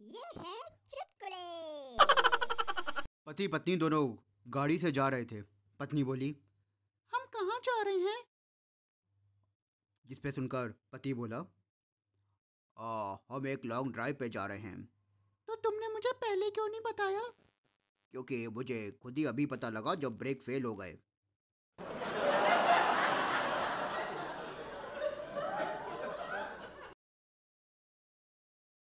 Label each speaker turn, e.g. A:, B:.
A: ये है चुटकुले
B: पति पत्नी दोनों गाड़ी से जा रहे थे पत्नी बोली हम कहाँ जा रहे हैं जिस पे सुनकर पति बोला आ, हम एक लॉन्ग ड्राइव पे जा रहे हैं तो तुमने मुझे पहले क्यों नहीं बताया क्योंकि मुझे खुद ही अभी पता लगा जब ब्रेक फेल हो गए